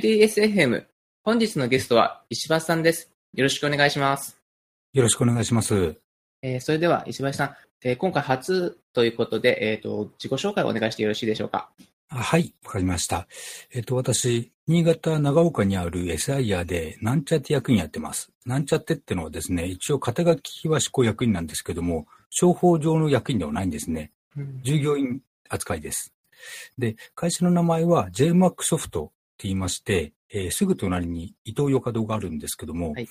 ldsfm 本日のゲストは石橋さんです。よろしくお願いします。よろしくお願いします。えーそれでは石橋さん、えー今回初ということで、えっ、と、自己紹介をお願いしてよろしいでしょうか。あはい、わかりました。えっと、私、新潟長岡にある SIR で、なんちゃって役員やってます。なんちゃってってのはですね、一応肩書きは執行役員なんですけども、商法上の役員ではないんですね。従業員扱いです。で、会社の名前は JMAC ソフトって言いまして、えーすぐ隣に伊東洋華堂があるんですけども、はい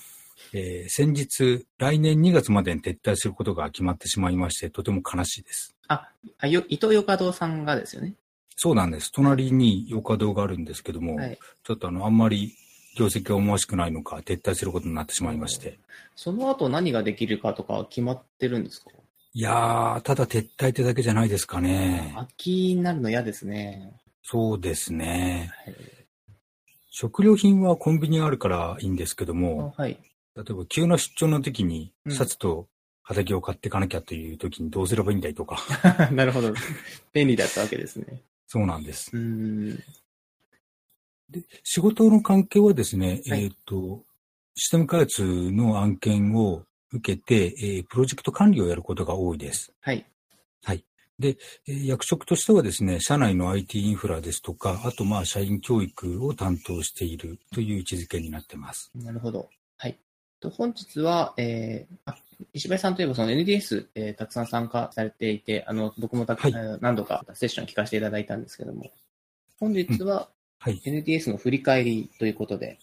えー先日、来年2月までに撤退することが決まってしまいまして、とても悲しいです。あ、よ、伊藤洋華堂さんがですよね。そうなんです。隣にヨカドがあるんですけども、はい。ちょっとあの、あんまり業績が思わしくないのか、撤退することになってしまいまして。その後何ができるかとか決まってるんですかいやー、ただ撤退ってだけじゃないですかね。秋になるの嫌ですね。そうですね。はい。食料品はコンビニがあるからいいんですけどあも、はい、 例えば急な出張の時にう、んシャツと畑を買っていかなきゃという時にどうすればいいんだいと か、なるほど。便利だったわけですね。そうなんです。うーん。仕事の関係はですね、はいえっ、と、システム開発の案件を受けて、えープロジェクト管理をやることが多いです。はい。えー役職としてはですね、社内の IT インフラですとか、あとまあ社員教育を担当しているという位置づけになってます。なるほど。はい。と本日は、えーあ石橋さんといえばその NDS、えーたくさん参加されていて、あの僕もたく、はいあの何度かセッション聞かせていただいたんですけども、本日ははい NDS の振り返りということで、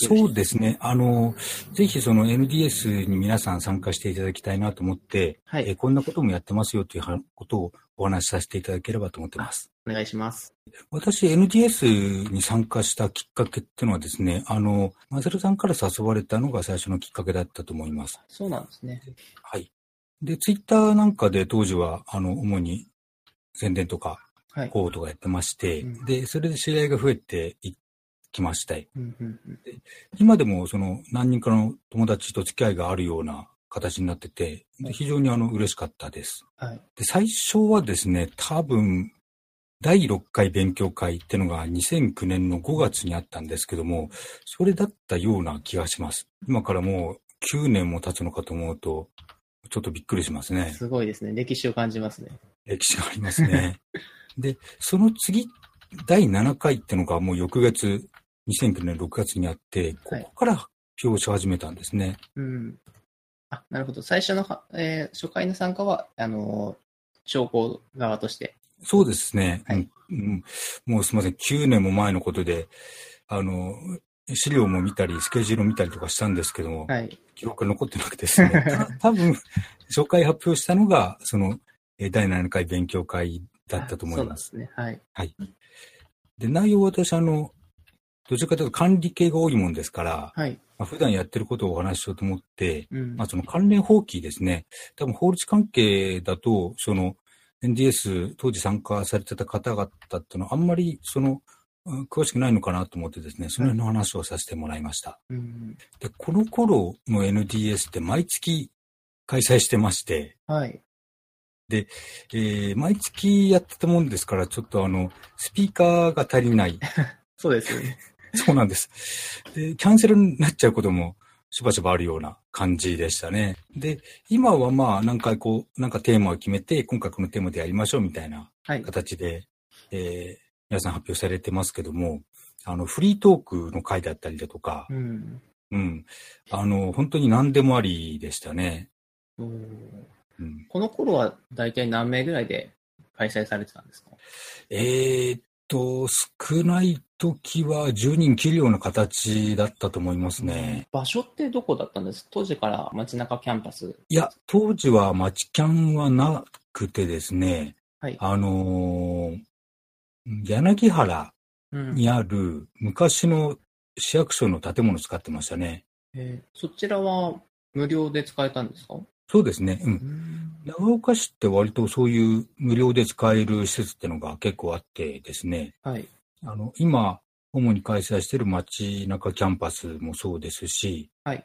そうですね。あの、ぜひその NDS に皆さん参加していただきたいなと思って、はえーい、こんなこともやってますよというはことをお話しさせていただければと思ってます。お願いします。私、NDS に参加したきっかけっていうのはですね、あの、マゼルさんから誘われたのが最初のきっかけだったと思います。そうなんですね。はい。で、ツイッターなんかで当時は、あの、主に宣伝とか、はい。こうとかやってまして、うんで、それで知り合いが増えていきました。うんうんうん今でも、その、何人かの友達と付き合いがあるような形になってて、はいで非常にあの、嬉しかったです。はい。で、最初はですね、多分、第6回勉強会ってのが2009年の5月にあったんですけども、それだったような気がします。今からもう9年も経つのかと思うと、ちょっとびっくりしますね。すごいですね。歴史を感じますね。歴史があります ね。で、その次、第7回ってのがもう翌月、2009年6月にあって、こはいこから発表し始めたんですね。うん。あ、なるほど。最初のは、えー初回の参加は、あのー商工側として。そうですね、はいうんうんもうすみません。9年も前のことで、あの、資料も見たり、スケジュールを見たりとかしたんですけども、はい。記録が残ってなくてです ね。た多分、初回発表したのが、その、えー第7回勉強会だったと思います。そうなんですね。はい。で、内容は私、あの、どちらかというと管理系が多いもんですから、はい。まあ、普段やってることをお話ししようと思って、うん。まあ、その関連法規ですね。多分法律関係だと、その NDS 当時参加されてた方々っていうのはあんまりその、うん詳しくないのかなと思ってですね、その辺の話をさせてもらいました。うんで、この頃の NDS って毎月開催してまして、はい。えー毎月やってたもんですから、ちょっとあの、スピーカーが足りない。そうですよね。 そうなんです。で、キャンセルになっちゃうこともしばしばあるような感じでしたね。で、今はまあ何回こう、なんかテーマを決めて、今回このテーマでやりましょうみたいなはい。形で、えー皆さん発表されてますけども、あの、フリートークの回だったりだとかう、ん。うん。あの、本当に何でもありでしたね。うんうん、この頃は大体何名ぐらいで開催されてたんですかえーっと、少ない時は10人切るような形だったと思いますね。場所ってどこだったんです当時から街中キャンパス。いや、当時は街キャンはなくてですね、はいあのー柳原うんにある昔の市役所の建物を使ってましたね。えーそちらは無料で使えたんですかそうですね。うん。長岡市って割とそういう無料で使える施設ってのが結構あってですね、はい。あの、今、主に開催している街中キャンパスもそうですし、はい。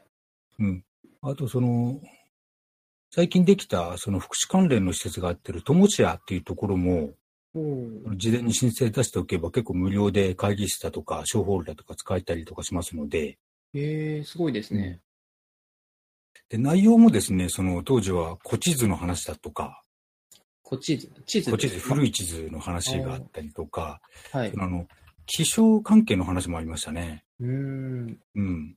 うん。あと、その、最近できた、その福祉関連の施設があってる、友知屋っていうところも、うん事前に申請出しておけば結構無料で会議室だとか、小ホールだとか使えたりとかしますので、えー、すごいですね。で、内容もですね、その当時は古地図の話だとか、こっち図、地図古地図、古い。い地図の話があったりとか、はい。うあの、気象関係の話もありましたね。ーん。うん。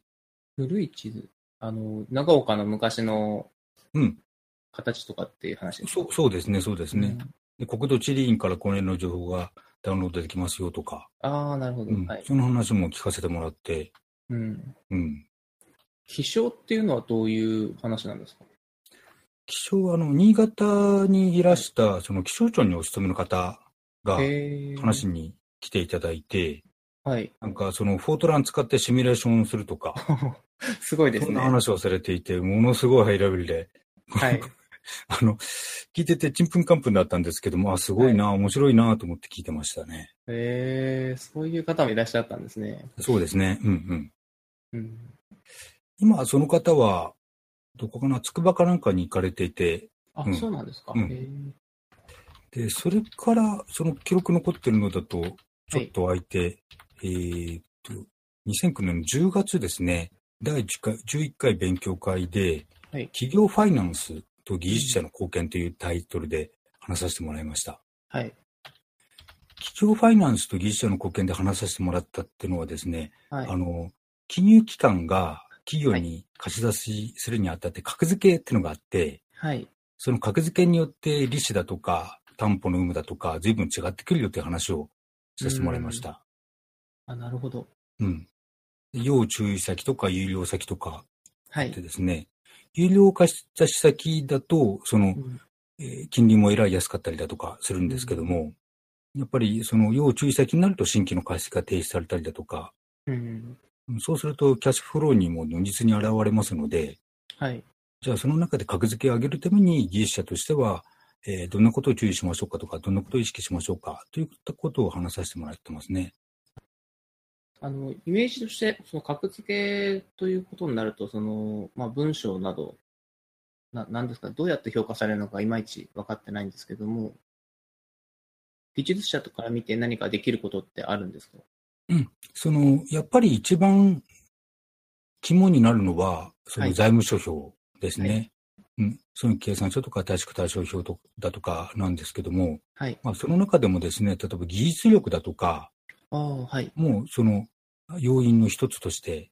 古い地図。あの、長岡の昔のうん。形とかっていう話ですかそう、そうですね、そうですね。で国土地理院からこれの情報がダウンロードできますよとか、ああ、なるほど。うんはい。その話も聞かせてもらって、うん。うん。気象っていうのはどういう話なんですか気象、あの、新潟にいらした、その気象庁にお勤めの方がへえ。話。に来ていただいて、はい。なんかそのフォートラン使ってシミュレーションをするとか、すごいですそんね。な話をされていて、ものすごいハイレベルで、はい。あの、聞いててちんぷんかんぷんだったんですけども、あ、すごいな、面白いなと思って聞いてましたね。へえ、そういう方もいらっしゃったんですね。そうですね。うんうん。うん。今、その方は、どこかな、筑波かなんかに行かれていて、あ、うんそうなんですか。うんへーで、それから、その記録残ってるのだと、ちょっと空いて、えーっと、2009年の10月ですね、第10回11回勉強会で、はい企業ファイナンスと技術者の貢献というタイトルで話させてもらいました。はい。企業ファイナンスと技術者の貢献で話させてもらったっていうのはですね、はい。あの、金融機関が企業に貸し出しするにあたって格付けっていうのがあって、はい。その格付けによって利子だとか担保の有無だとか随分違ってくるよという話をさせてもらいました。あ、なるほど。うん。要注意先とか有料先とかはってい。ですね、有料貸し出し先だと、そのう、んえー金利もえらい安かったりだとかするんですけども、やっぱりその要注意先になると新規の貸しが停止されたりだとか、うん。うんそうするとキャッシュフローにも如実に現れますので、はい。じゃあその中で格付けを上げるために技術者としては、えーどんなことを注意しましょうかとか、どんなことを意識しましょうかといったことを話させてもらってますね。あの、イメージとして、その格付けということになると、その、まあ、文章など、な、なんですか、どうやって評価されるのかいまいち分かってないんですけども、技術者とから見て何かできることってあるんですかその、やっぱり一番肝になるのは、そのはい財務諸表ですね。はうん、その計算書とか、対縮対象表とだとかなんですけども、はい。まあ、その中でもですね、例えば技術力だとか、ああ、はい。もうその要因の一つとして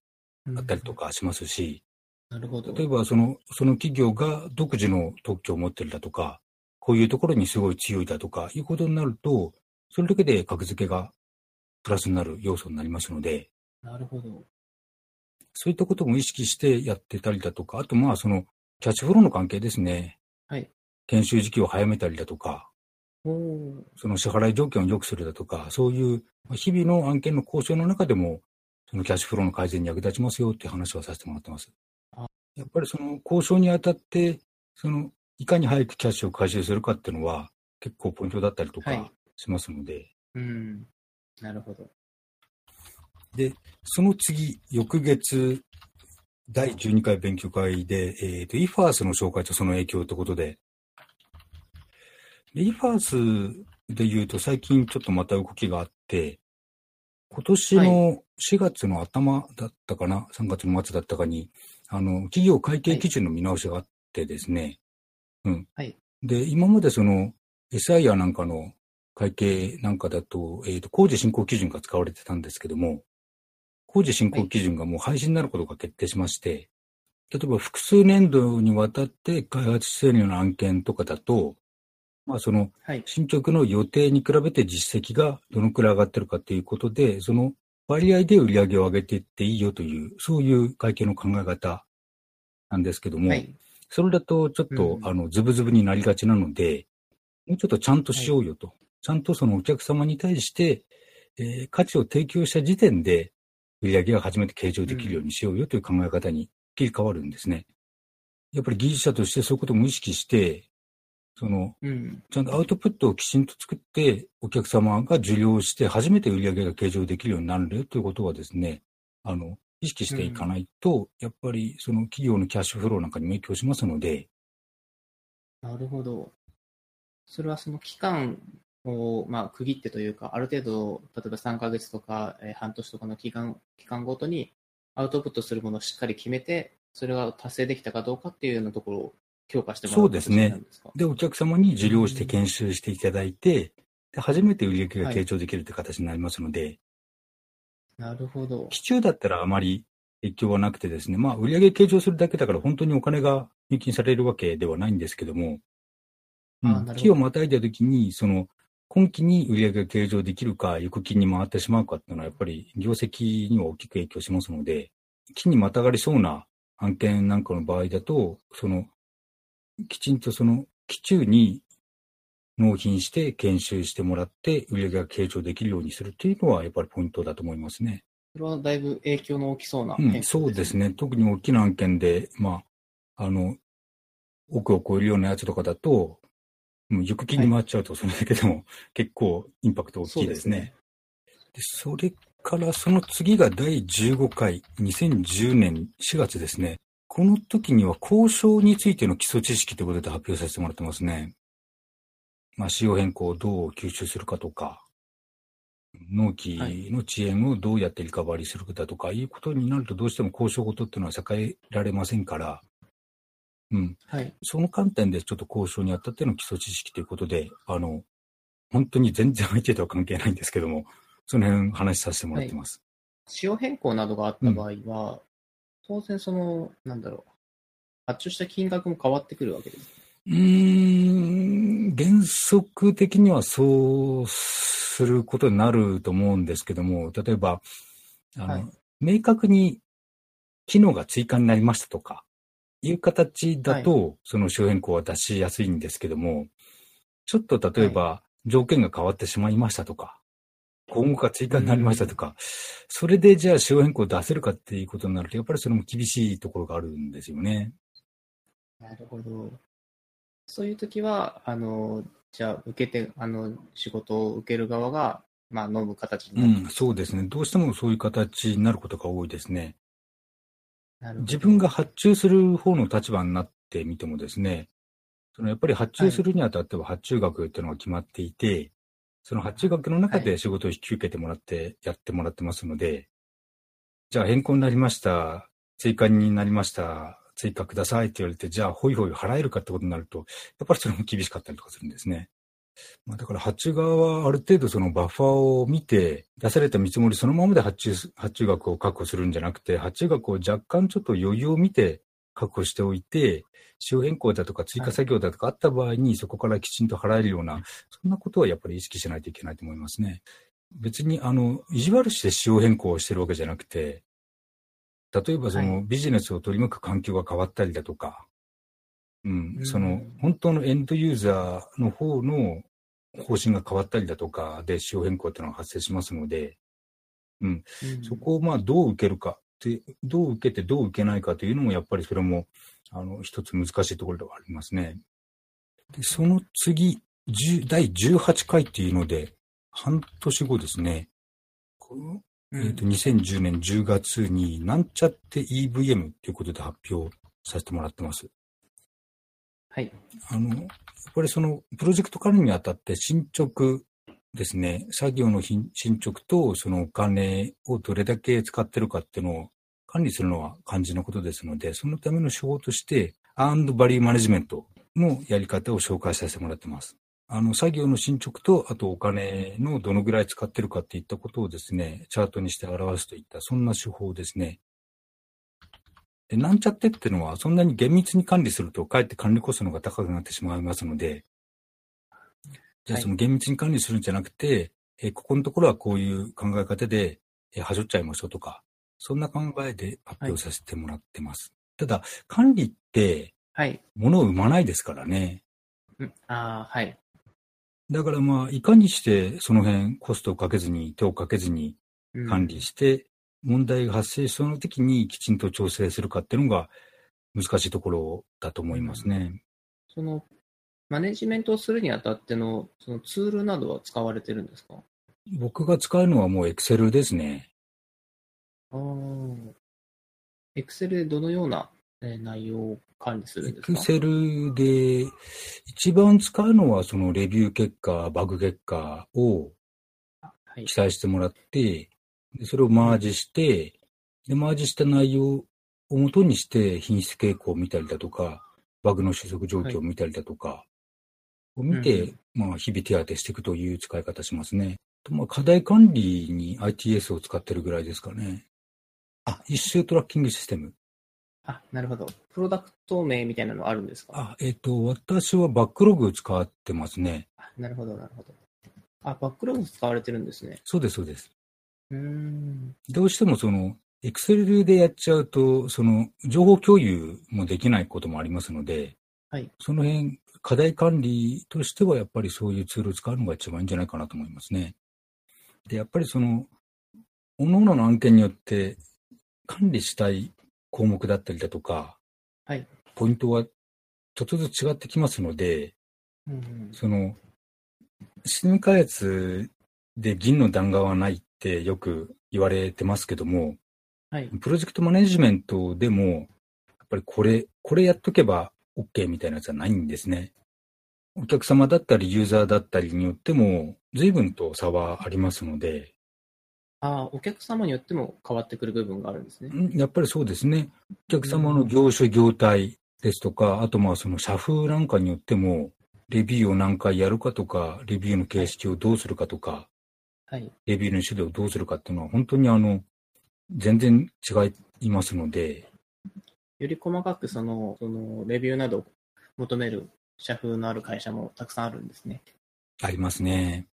あったりとか。かしますし、なるほど。例えばその、その企業が独自の特許を持ってるだとか、こういうところにすごい強いだとかいうことになると、それだけで格付けがプラスになる要素になりますので、なるほど。そういったことも意識してやってたりだとか、あとまあそのキャッチフローの関係ですね。はい。研修時期を早めたりだとか、おお。その支払い条件を良くするだとか、そういうまあ日々の案件の交渉の中でも、そのキャッシュフローの改善に役立ちますよっていう話はさせてもらってますあ。やっぱりその交渉にあたって、そのいかに早くキャッシュを回収するかっていうのは結構ポイントだったりとはいかしますので、うん。なるほど。その次、翌月、第12回勉強会で、えっ、と、イファースの紹介とその影響ってことで、でイファースで言うと最近ちょっとまた動きがあって、今年の4月の頭だったかな、3月の末だったかに、あの、企業会計基準の見直しがあってですね、うん。はいで、今までその SIR なんかの会計なんかだと、えっ、と、工事進行基準が使われてたんですけども、工事進行基準がもう廃止になることが決定しまして、例えば複数年度にわたって開発しているような案件とかだと、まあそのはい。新曲の予定に比べて実績がどのくらい上がってるかということで、その割合で売り上げを上げていっていいよという、そういう会計の考え方なんですけども、はい。それだとちょっと、うんあのズブズブになりがちなので、もうちょっとちゃんとしようよと、ちゃんとそのお客様に対して、えー価値を提供した時点で売り上げが初めて計上できるようにしようよという考え方に切り替わるんですね。やっぱり技術者としてそういうことも意識して、そのうん。ちゃんとアウトプットをきちんと作って、お客様が受領して、初めて売り上げが計上できるようになるということはですね、あの、意識していかないと、やっぱりその企業のキャッシュフローなんかにも影響しますので、なるほど。それはその期間を、まあ、区切ってというか、ある程度、例えば3ヶ月とか、えー半年とかの期間期間ごとに、アウトプットするものをしっかり決めて、それが達成できたかどうかっていうようなところを強化してもらそううです形ねになるんですか。で、お客様に受領して研修していただいて、で初めて売り上げが計上できるという形になりますので、なるほど。基中だったらあまり影響はなくてですね、まあ、売上計上するだけだから、本当にお金が入金されるわけではないんですけども、あうなるほんど、期をまたいだときに、その今期に売上が計上できるか、翌期に回ってしまうかっていうのは、やっぱり業績には大きく影響しますので、期にまたがりそうな案件なんかの場合だと、そのきちんとその期中に納品して研修してもらって、売上が計上できるようにするっていうのは、やっぱりポイントだと思いますね。それはだいぶ影響の大きそうなうん、そうですね。ね。特に大きな案件で、まあ、あの、億を超えるようなやつとかだと、もう行金に回っちゃうと、それだけでも結構インパクト大きいですね。でそれから、その次が第15回、2010年4月ですね。この時には交渉についての基礎知識ということで発表させてもらってますね。まあ、仕様変更をどう吸収するかとか、納期の遅延をどうやってリカバリーするかだとか、い、うことになるとどうしても交渉事っていうのは避けられませんから、うん、はい。その観点でちょっと交渉にあたっての基礎知識ということで、あの、本当に全然相手とは関係ないんですけども、その辺話させてもらってます。仕様変更などがあった場合は、当然その、なんだろう、発注した金額も変わってくるわけです。うーん、原則的にはそうすることになると思うんですけども、例えば、あの、はい明確に機能が追加になりましたとか、いう形だと、その周変更は出しやすいんですけども、ちょっと例えば条件が変わってしまいましたとか、今後が追加になりましたとか、それでじゃあ周変更を出せるかっていうことになると、やっぱりそれも厳しいところがあるんですよね。なるほど。そういう時は、あの、じゃあ、受けて、あの、仕事を受ける側が、まあ、飲む形にうなる。ん、そうですね。どうしてもそういう形になることが多いですね。なるほど自分が発注する方の立場になってみてもですね、そのやっぱり発注するにあたっては発注額っていうのが決まっていて、その発注額の中はで仕事を引き受けてもらって、やってもらってますので、じゃあ変更になりました、追加になりました、追加くださいって言われて、じゃあホイホイ払えるかってことになると、やっぱりそれも厳しかったりとかするんですね。まあ、だから発注側はある程度そのバッファーを見て、出された見積もりそのままで発注す、発注額を確保するんじゃなくて、発注額を若干ちょっと余裕を見て確保しておいて、仕様変更だとか追加作業だとかあった場合に、そこからきちんと払えるような、そんなことはやっぱり意識しないといけないと思いますね。別に、あの、意地悪して仕様変更をしてるわけじゃなくて、例えばそのビジネスを取り巻く環境が変わったりだとか、うんう、んその本当のエンドユーザーの方の方針が変わったりだとかで仕様変更っていうのが発生しますので、うんそこをまあどう受けるかって、どう受けてどう受けないかというのもやっぱりそれもあの一つ難しいところではありますね。でその次、10第18回っていうので、半年後ですね。このうんえー、と2010年10月に、なんちゃって EVM ということで発表させてもらってます。はい。あの、やっぱりその、プロジェクト管理にあたって進捗ですね、作業のひん進捗と、そのお金をどれだけ使ってるかっていうのを管理するのは肝心のことですので、そのための手法として、アンドバリューマネジメントのやり方を紹介させてもらってます。あの、作業の進捗と、あとお金のどのぐらい使ってるかっていったことをですね、チャートにして表すといった、そんな手法ですね。で、なんちゃってっていうのは、そんなに厳密に管理すると、かえって管理コストの方が高くなってしまいますので、じゃあはいその厳密に管理するんじゃなくて、えーここのところはこういう考え方で、えー、はしょっちゃいましょうとか、そんな考えで発表させてもらってます。ただ、管理って、はい。物を生まないですからね。うん、ああ、はい。だからまあ、いかにしてその辺コストをかけずに、手をかけずにうん管理して、問題が発生しそうな時にきちんと調整するかっていうのが難しいところだと思いますね。その、マネジメントをするにあたっての、そのツールなどは使われてるんですか僕が使うのはもう Excel ですね。ああ。Excel でどのようなえー内容を管理するんエでクすかセルで一番使うのは、そのレビュー結果、バグ結果をはい記。載してもらって、でそれをマージして、で、マージした内容を元にして品質傾向を見たりだとか、バグの収束状況を見たりだとか、を見て、うんまあ、日々手当てしていくという使い方しますね。とまあ、課題管理に ITS を使ってるぐらいですかね。あ、一周トラッキングシステム。あ、なるほど。プロダクト名みたいなのあるんですかあ、えっ、と、私はバックログ使ってますね。あなるほど、なるほど。あ、バックログ使われてるんですね。そうです、そうです。うーん。どうしてもその、Excel でやっちゃうと、その、情報共有もできないこともありますので、はいその辺、課題管理としては、やっぱりそういうツールを使うのが一番いいんじゃないかなと思いますね。で、やっぱりその、各々の案件によって、管理したい項目だったりだとか、はいポイントは、ちょっとずつ違ってきますので、うんうん、その、システム開発で銀の弾丸はないってよく言われてますけども、はい。プロジェクトマネジメントでも、やっぱりこれ、これやっとけば OK みたいなやつはないんですね。お客様だったりユーザーだったりによっても、随分と差はありますので、あお客様によっても変わってくる部分があるんですね。うんやっぱりそうですね。お客様の業種、業態ですとか、あとまあその社風なんかによっても、レビューを何回やるかとか、レビューの形式をどうするかとか、はい。レビューの種類をどうするかっていうのは、本当にあの、全然違いますので、より細かくその、その、レビューなどを求める社風のある会社もたくさんあるんですね。ありますね。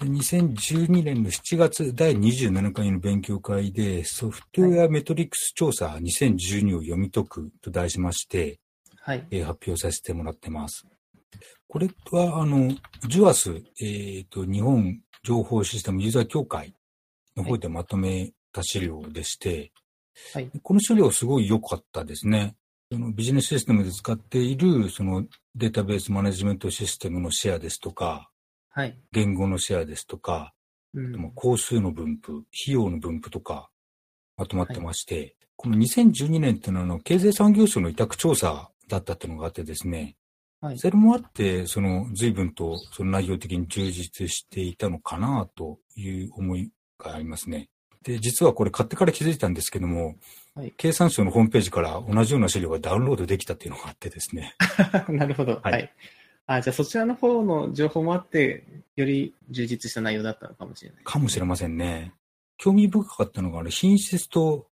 で2012年の7月第27回の勉強会で、ソフトウェアメトリックス調査2012を読み解くと題しまして、はい。えー発表させてもらってます。これは、あの、ジュアス、えっ、と、日本情報システムユーザー協会の方でまとめた資料でして、はいこの資料すごい良かったですね。そのビジネスシステムで使っている、そのデータベースマネジメントシステムのシェアですとか、はい。言語のシェアですとか、うでもん。工数の分布、費用の分布とか、まとまってまして、この2012年っていうのはあの、経済産業省の委託調査だったっていうのがあってですね、はいそれもあって、その、随分と、その内容的に充実していたのかな、という思いがありますね。で、実はこれ買ってから気づいたんですけども、はい経産省のホームページから同じような資料がダウンロードできたっていうのがあってですね、 なるほど。ははいい。あ、じゃあそちらの方の情報もあって、より充実した内容だったのかもしれない。かもしれませんね。興味深かったのが、あの品質と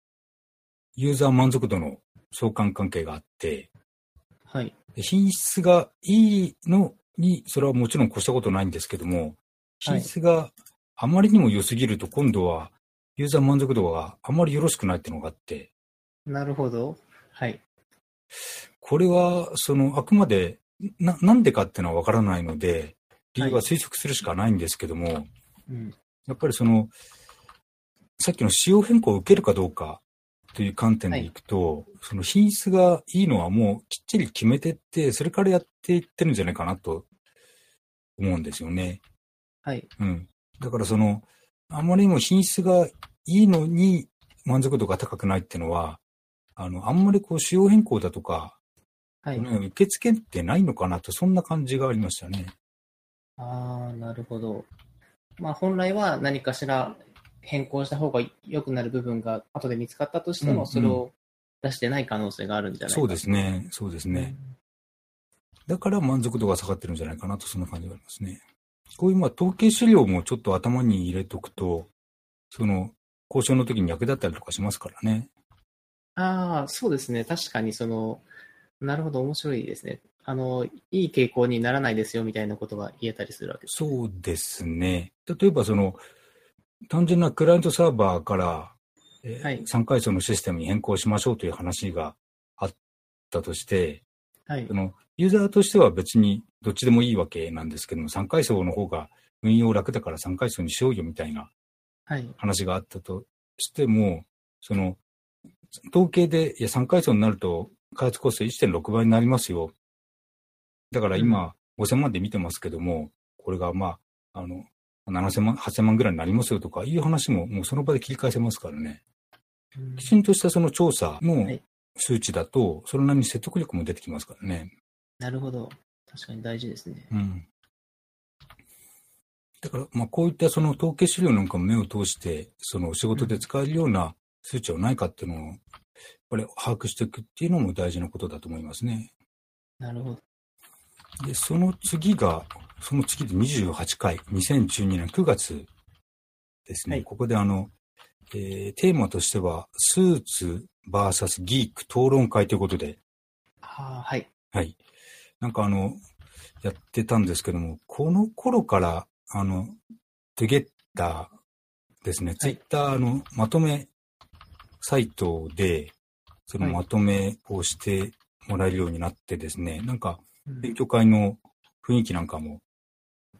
ユーザー満足度の相関関係があって、はい。品質がいいのに、それはもちろん越したことないんですけども、はい品質があまりにも良すぎると、今度はユーザー満足度があまりよろしくないっていうのがあって、なるほど。はい。これは、その、あくまで、な、なんでかっていうのはわからないので、理由は推測するしかないんですけども、うん。やっぱりその、さっきの仕様変更を受けるかどうかという観点でいくと、その品質がいいのはもうきっちり決めてって、それからやっていってるんじゃないかなと思うんですよね。はい。うん。だからその、あまりにも品質がいいのに満足度が高くないっていうのは、あの、あんまりこう仕様変更だとか、はい。この受け付けってないのかなと、そんな感じがありましたね。ああ、なるほど。まあ、本来は何かしら変更した方が良くなる部分が後で見つかったとしてうんうも、んそれを出してない可能性があるんじゃないかそうですね。そうですね。。だから満足度が下がってるんじゃないかなと、そんな感じがありますね。こういうまあ統計資料もちょっと頭に入れとくと、その、交渉の時に役立ったりとかしますからね。ああ、そうですね。確かに、その、なるほど、面白いですね。あの、いい傾向にならないですよ、みたいなことが言えたりするわけです。そうですね。例えばその、単純なクライアントサーバーから、えはい3階層のシステムに変更しましょうという話があったとして、はいそ。のユーザーとしては別にどっちでもいいわけなんですけども、3階層の方が運用楽だから3階層にしようよみたいなはい。話があったとしても、その、統計で、いや、3階層になると、開発コスト1.6倍になりますよ。だから今、5000万で見てますけども、これがまあ、あの、7000万、8000万ぐらいになりますよとかいう話も、もうその場で切り返せますからね。うんきちんとしたその調査のはい数値だと、それなりに説得力も出てきますからね。なるほど。確かに大事ですね。うん。だから、まあ、こういったその統計資料なんかも目を通して、その仕事で使えるような数値はないかっていうのを、やっぱり把握していくっていうのも大事なことだと思いますね。なるほど。で、その次が、その次で28回、2012年9月ですね。はいここであの、えーテーマとしては、スーツ VS ギーク討論会ということで、ああ、はい。はい。なんかあの、やってたんですけども、この頃から、あの、トゥゲッターですね、ツイッターのまとめサイトで、そのはいまとめをしてもらえるようになってですね、なんかうん勉強会の雰囲気なんかも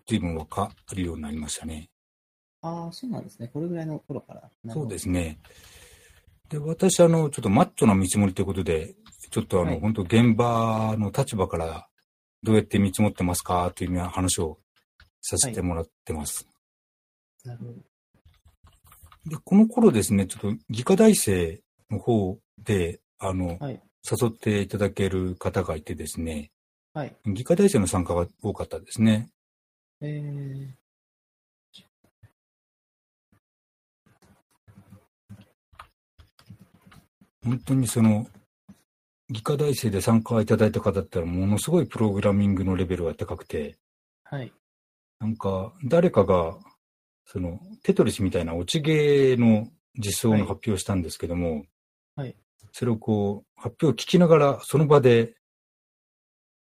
随分わかるようになりましたね。ああ、そうなんですね。これぐらいの頃から。なるほそうどですね。で、私、あの、ちょっとマッチョな見積もりということで、ちょっとあの、はい本当現場の立場から、どうやって見積もってますかというような話をさせてもらってます。なるほど。で、この頃ですね、ちょっと、技科大生の方で、あの、はい誘っていただける方がいてですね、はい。技科大生の参加が多かったですね。えー、本当にその、技科大生で参加いただいた方だったら、ものすごいプログラミングのレベルが高くて、 はい。なんか、誰かが、その、テトリスみたいな落ち芸の実装の発表をしたんですけども、はいそれをこう、発表を聞きながら、その場で、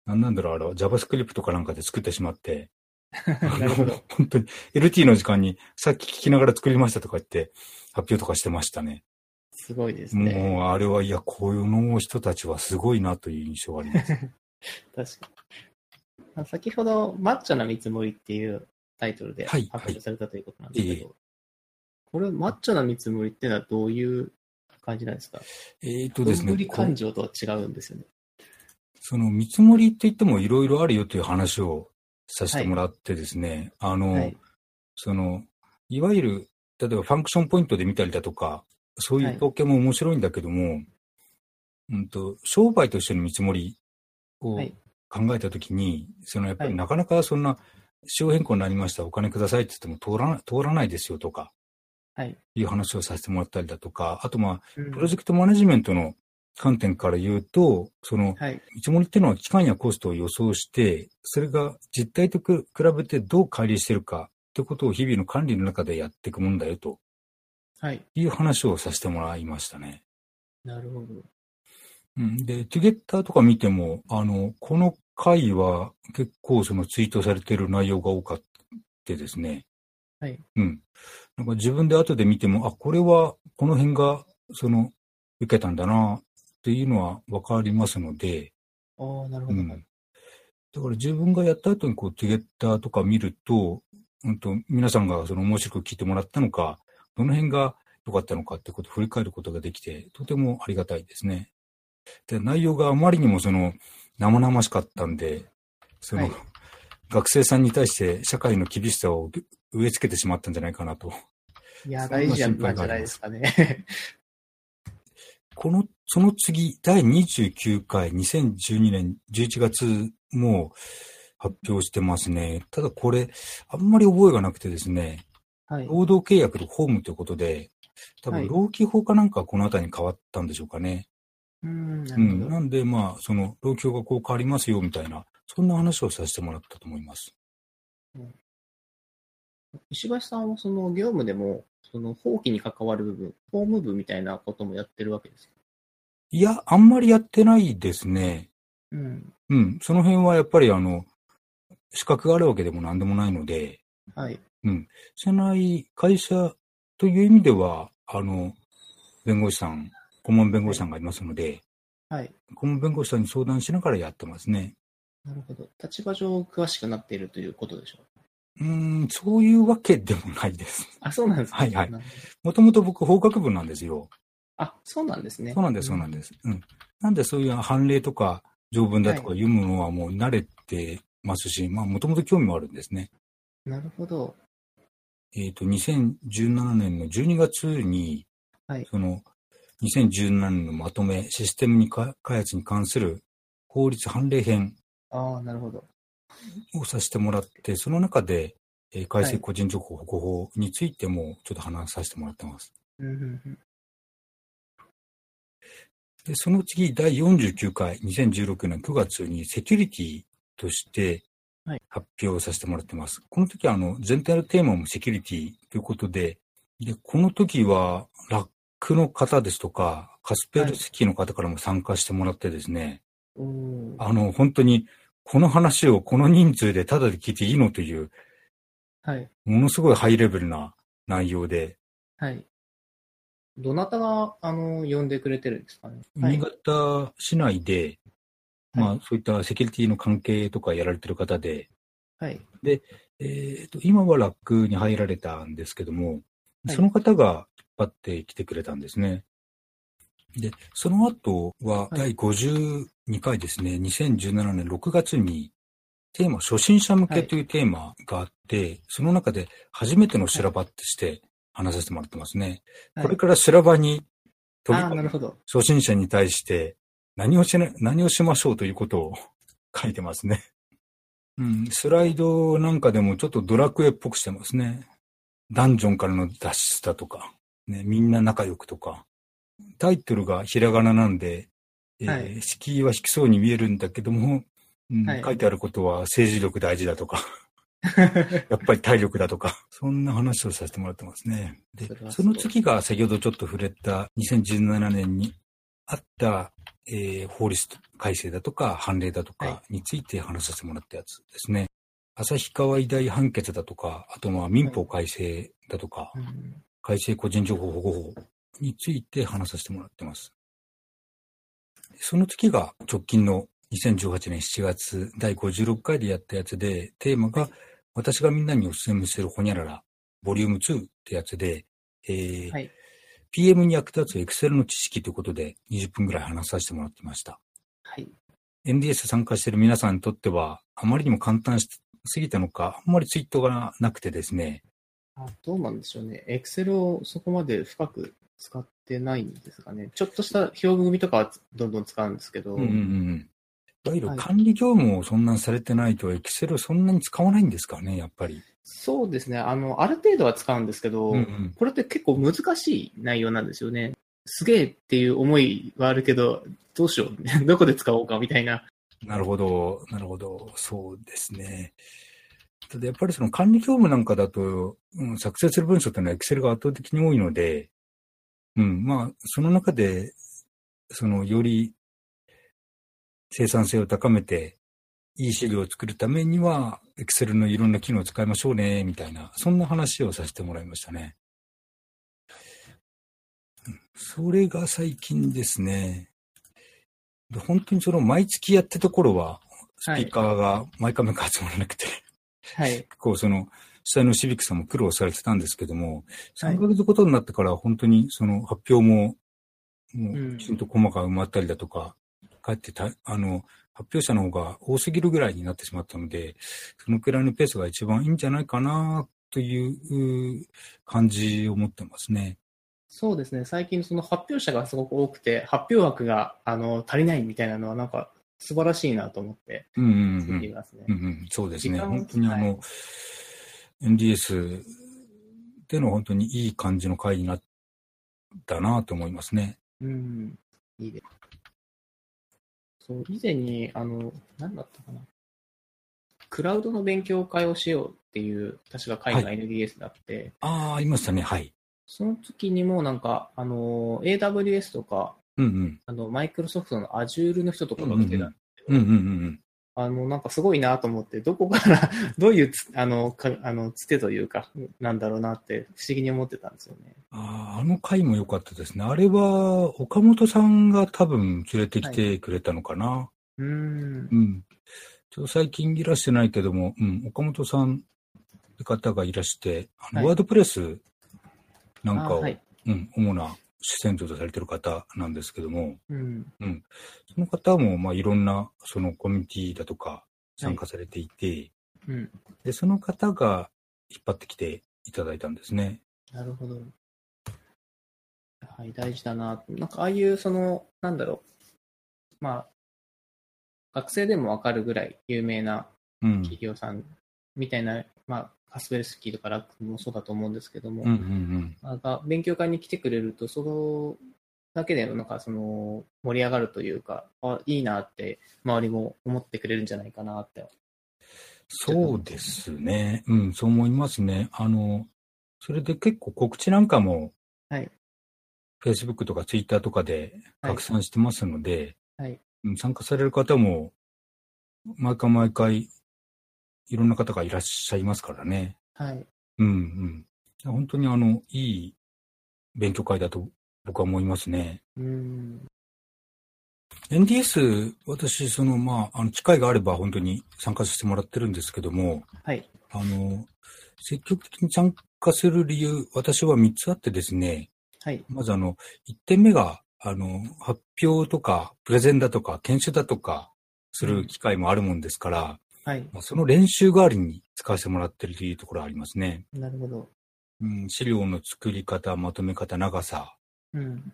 なんなんだろう、あれは JavaScript とかなんかで作ってしまって、 なるほあのど。本当に LT の時間に、さっき聞きながら作りましたとか言って、発表とかしてましたね。すごいですね。もう、あれは、いや、こういうの人たちはすごいなという印象があり ます。確かにあの。先ほど、マッチョな見積もりっていうタイトルではい発はい表されたということなんですけど、ええこれ、マッチョな見積もりっていうのはどういう感じなんですかえっとどですんね。ぶり感情とは違うんですよね。その見積もりって言ってもいろいろあるよという話をさせてもらってですね、あの、はい。その、いわゆる、例えばファンクションポイントで見たりだとか、そういうはい統計も面白いんだけども、うんと、商売としての見積もりをはい考えたときに、そのやっぱりはいなかなかそんな、仕様変更になりました、お金くださいって言っても通らな通らないですよとか、はい。いう話をさせてもらったりだとか、あとまあ、うんプロジェクトマネジメントの観点から言うと、その、はい。見積もりっていうのは期間やコストを予想して、それが実態とく比べてどう乖離してるかってことを日々の管理の中でやっていくもんだよとはい。いう話をさせてもらいましたね。なるほど。うん、で、トゥゲッターとか見ても、あの、この回は結構そのツイートされてる内容が多かってですね。はい。うん。なんか自分で後で見ても、あ、これはこの辺がその受けたんだなっていうのはわかりますので、ああ、なるほうど。ん、だから自分がやった後にこう、トゥゲッターとか見ると、うんと、皆さんがその面白く聞いてもらったのか、どの辺が良かったのかってことを振り返ることができて、とてもありがたいですね。で、内容があまりにもその、生々しかったんで、その、はい学生さんに対して社会の厳しさを植え付けてしまったんじゃないかなと。いや、そんな大事なん心配じがあゃりますないですかね。この、その次、第29回、2012年11月も発表してますね。ただこれ、あんまり覚えがなくてですね、はい。労働契約とホームということで、多は分い労基法かなんかはこのあたりに変わったんでしょうかね。うん、なうるん。ほど。なんで、まあ、その、労基法がこう変わりますよ、みたいな、そんな話をさせてもらったと思います。石橋さんはその業務でも、その法規に関わる部分、法務部みたいなこともやってるわけですかいや、あんまりやってないですね。うん。うん。その辺はやっぱり、あの、資格があるわけでも何でもないので、はい。社内会社という意味では、あの、弁護士さん、顧問弁護士さんがいますので、はい。顧問弁護士さんに相談しながらやってますね。なるほど。立場上詳しくなっているということでしょう。うーん、そういうわけでもないです。 あ、そうなんですか。はいはいなるほどもともと僕、法学部なんですよ。あ、そうなんですね。そうなんです、そうなんす。です。うん。なんでそういう判例とか条文だとかはいうものはもう慣れてますし、まあ、もともと興味もあるんですね。なるほど。えっ、と、2017年の12月に、はいその、 2017年のまとめ、システムにか開発に関する法律判例編ああ、なるほど。をさせてもらって、その中で、えー改正個人情報保護法についてもちょっと話させてもらってます。うんうんうんで、その次、第49回、2016年9月にセキュリティとしてはい発表させてもらってます。この時は、あの、全体のテーマもセキュリティということで、で、この時は、ラックの方ですとか、カスペルスキーの方からも参加してもらってですね、おーあの、本当に、この話をこの人数でただで聞いていいのという、はい、ものすごいハイレベルな内容で、はい。どなたが、あの、呼んでくれてるんですかね。はい新。潟市内で、まはあ、そういったセキュリティの関係とかやられてる方で、はい。えー、と今はラックに入られたんですけども、はいその方が引っ張ってきてくれたんですね。で、その後ははい第52回ですね、2017年6月にテーマ、初心者向けというテーマがあって、その中で初めての修羅場として話させてもらってますね。はいこれから修羅場にあ飛びあー、込なむるほ ど。初心者に対して何をしな、何をしましょうということを 書いてますね。うん、スライドなんかでもちょっとドラクエっぽくしてますね。ダンジョンからの脱出だとか、ね、みんな仲良くとか。タイトルがひらがななんで、えーはい敷居は低そうに見えるんだけども、うんはい書いてあることは政治力大事だとか、やっぱり体力だとか、そんな話をさせてもらってますね。でそれ、はすそごのい次が先ほどちょっと触れた2017年にあった、えー法律改正だとか判例だとかはについて話させてもらったやつですね。旭川医大判決だとか、あとまあ民法改正だとか、うん改正個人情報保護法について話させてもらってます。その次が直近の2018年7月第56回でやったやつで、テーマが私がみんなにお勧めするホニャララ、ボリューム2ってやつで、えーはい PM に役立つ Excel の知識ということで20分ぐらい話させてもらってました。はい。 NDS 参加している皆さんにとっては、あまりにも簡単すぎたのか、あんまりツイートがなくてですね、あどうなんでしょうね。エクセルをそこまで深く使ってないんですかね。ちょっとした表組とかはどんどん使うんですけど、うんうんうんいわゆるはい管理業務をそんなにされてないと、エクセルそんなに使わないんですかね、やっぱり。そうですね。あの、ある程度は使うんですけど、うんうんこれって結構難しい内容なんですよね。すげえっていう思いはあるけど、どうしよう、 どこで使おうかみたいな。なるほど、なるほど、そうですね。ただやっぱりその管理業務なんかだと、うん、作成する文章というのはエクセルが圧倒的に多いので、うん、まあ、その中で、その、より生産性を高めて、いい資料を作るためには、エクセルのいろんな機能を使いましょうね、みたいな、そんな話をさせてもらいましたね。うんそれが最近ですね。で本当にその毎月やってた頃は、スピーカーが毎回毎回集まらなくて、はい。結構その、主催のシビックさんも苦労されてたんですけども、はい3ヶ月ごとになってから本当にその発表も、うもうんきちんと駒が埋まったりだとか、かえってた、あの、発表者の方が多すぎるぐらいになってしまったので、そのくらいのペースが一番いいんじゃないかな、というう感じを持ってますね。そうですね。最近その発表者がすごく多くて、発表枠があの足りないみたいなのはなんか素晴らしいなと思ってうんうん見うんてい。ますね。うんうん、そうですね。時間を本当にあの、はい NDS での本当にいい感じの回になったなと思いますね。うん、いいです。そう、以前に、あの、何だったかな。クラウドの勉強会をしようっていう、確か会がは NDS だって、ああ、ありましたね。はい。その時にもなんか、あの、AWS とか、うんあの、マイクロソフトの Azure の人とかうん。が来てた、うんうんうんうん。あの、なんかすごいなと思って、どこから、 どういうつ、あの、かあのつてというか、なんだろうなって、不思議に思ってたんですよね。あーあの回も良かったですね。あれは、岡本さんが多分連れてきてくれたのかな。うーんう。ん。ちょっと最近いらしてないけども、うん、岡本さんって方がいらして、あのはいワードプレスなんかあを、はい。うん、主な主戦場とされてる方なんですけども、うん。その方も、まあ、いろんな、そのコミュニティだとか参加されていて、うん。で、その方が引っ張ってきていただいたんですね。なるほど。あはい、大事だな。なんかああいう、その、なんだろう。まあ、学生でもわかるぐらい有名なうん。企業さんみたいな、まあ、カスペルスキーとかラックもそうだと思うんですけども、うんうんなんか勉強会に来てくれると、そのだけでなんかその盛り上がるというか、あいいなって周りも思ってくれるんじゃないかなって。そうですね。うん、そう思いますね。あの、それで結構告知なんかも、はい。 Facebook とか Twitter とかではい拡散してますので、はいうん参加される方も、毎回毎回、いろんな方がいらっしゃいますからね。はい。うんうん。本当にあの、いい勉強会だと僕は思いますね。うん。 NDS、私、その、まあ、あの、機会があれば本当に参加させてもらってるんですけども、はい。あの、積極的に参加する理由、私は3つあってですね、はい。まずあの、1点目が、あの、発表とか、プレゼンだとか、研修だとか、する機会もあるもんですから、はい。まあその練習代わりに使わせてもらってるというところはありますね。なるほど。うん、資料の作り方、まとめ方、長さ、うん。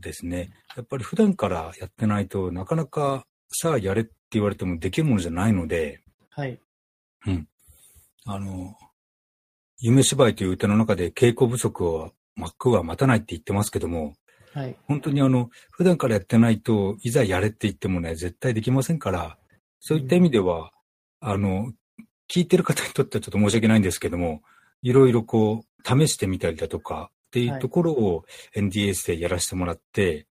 ですね。やっぱり普段からやってないとなかなかさあやれって言われてもできるものじゃないので、はい。あの、夢芝居という歌の中で稽古不足を幕は待たないって言ってますけども、はい。本当にあの、普段からやってないといざやれって言ってもね、絶対できませんから、そういった意味では、あの、聞いてる方にとってはちょっと申し訳ないんですけども、いろいろこう、試してみたりだとか、っていうところを NDS でやらせてもらって、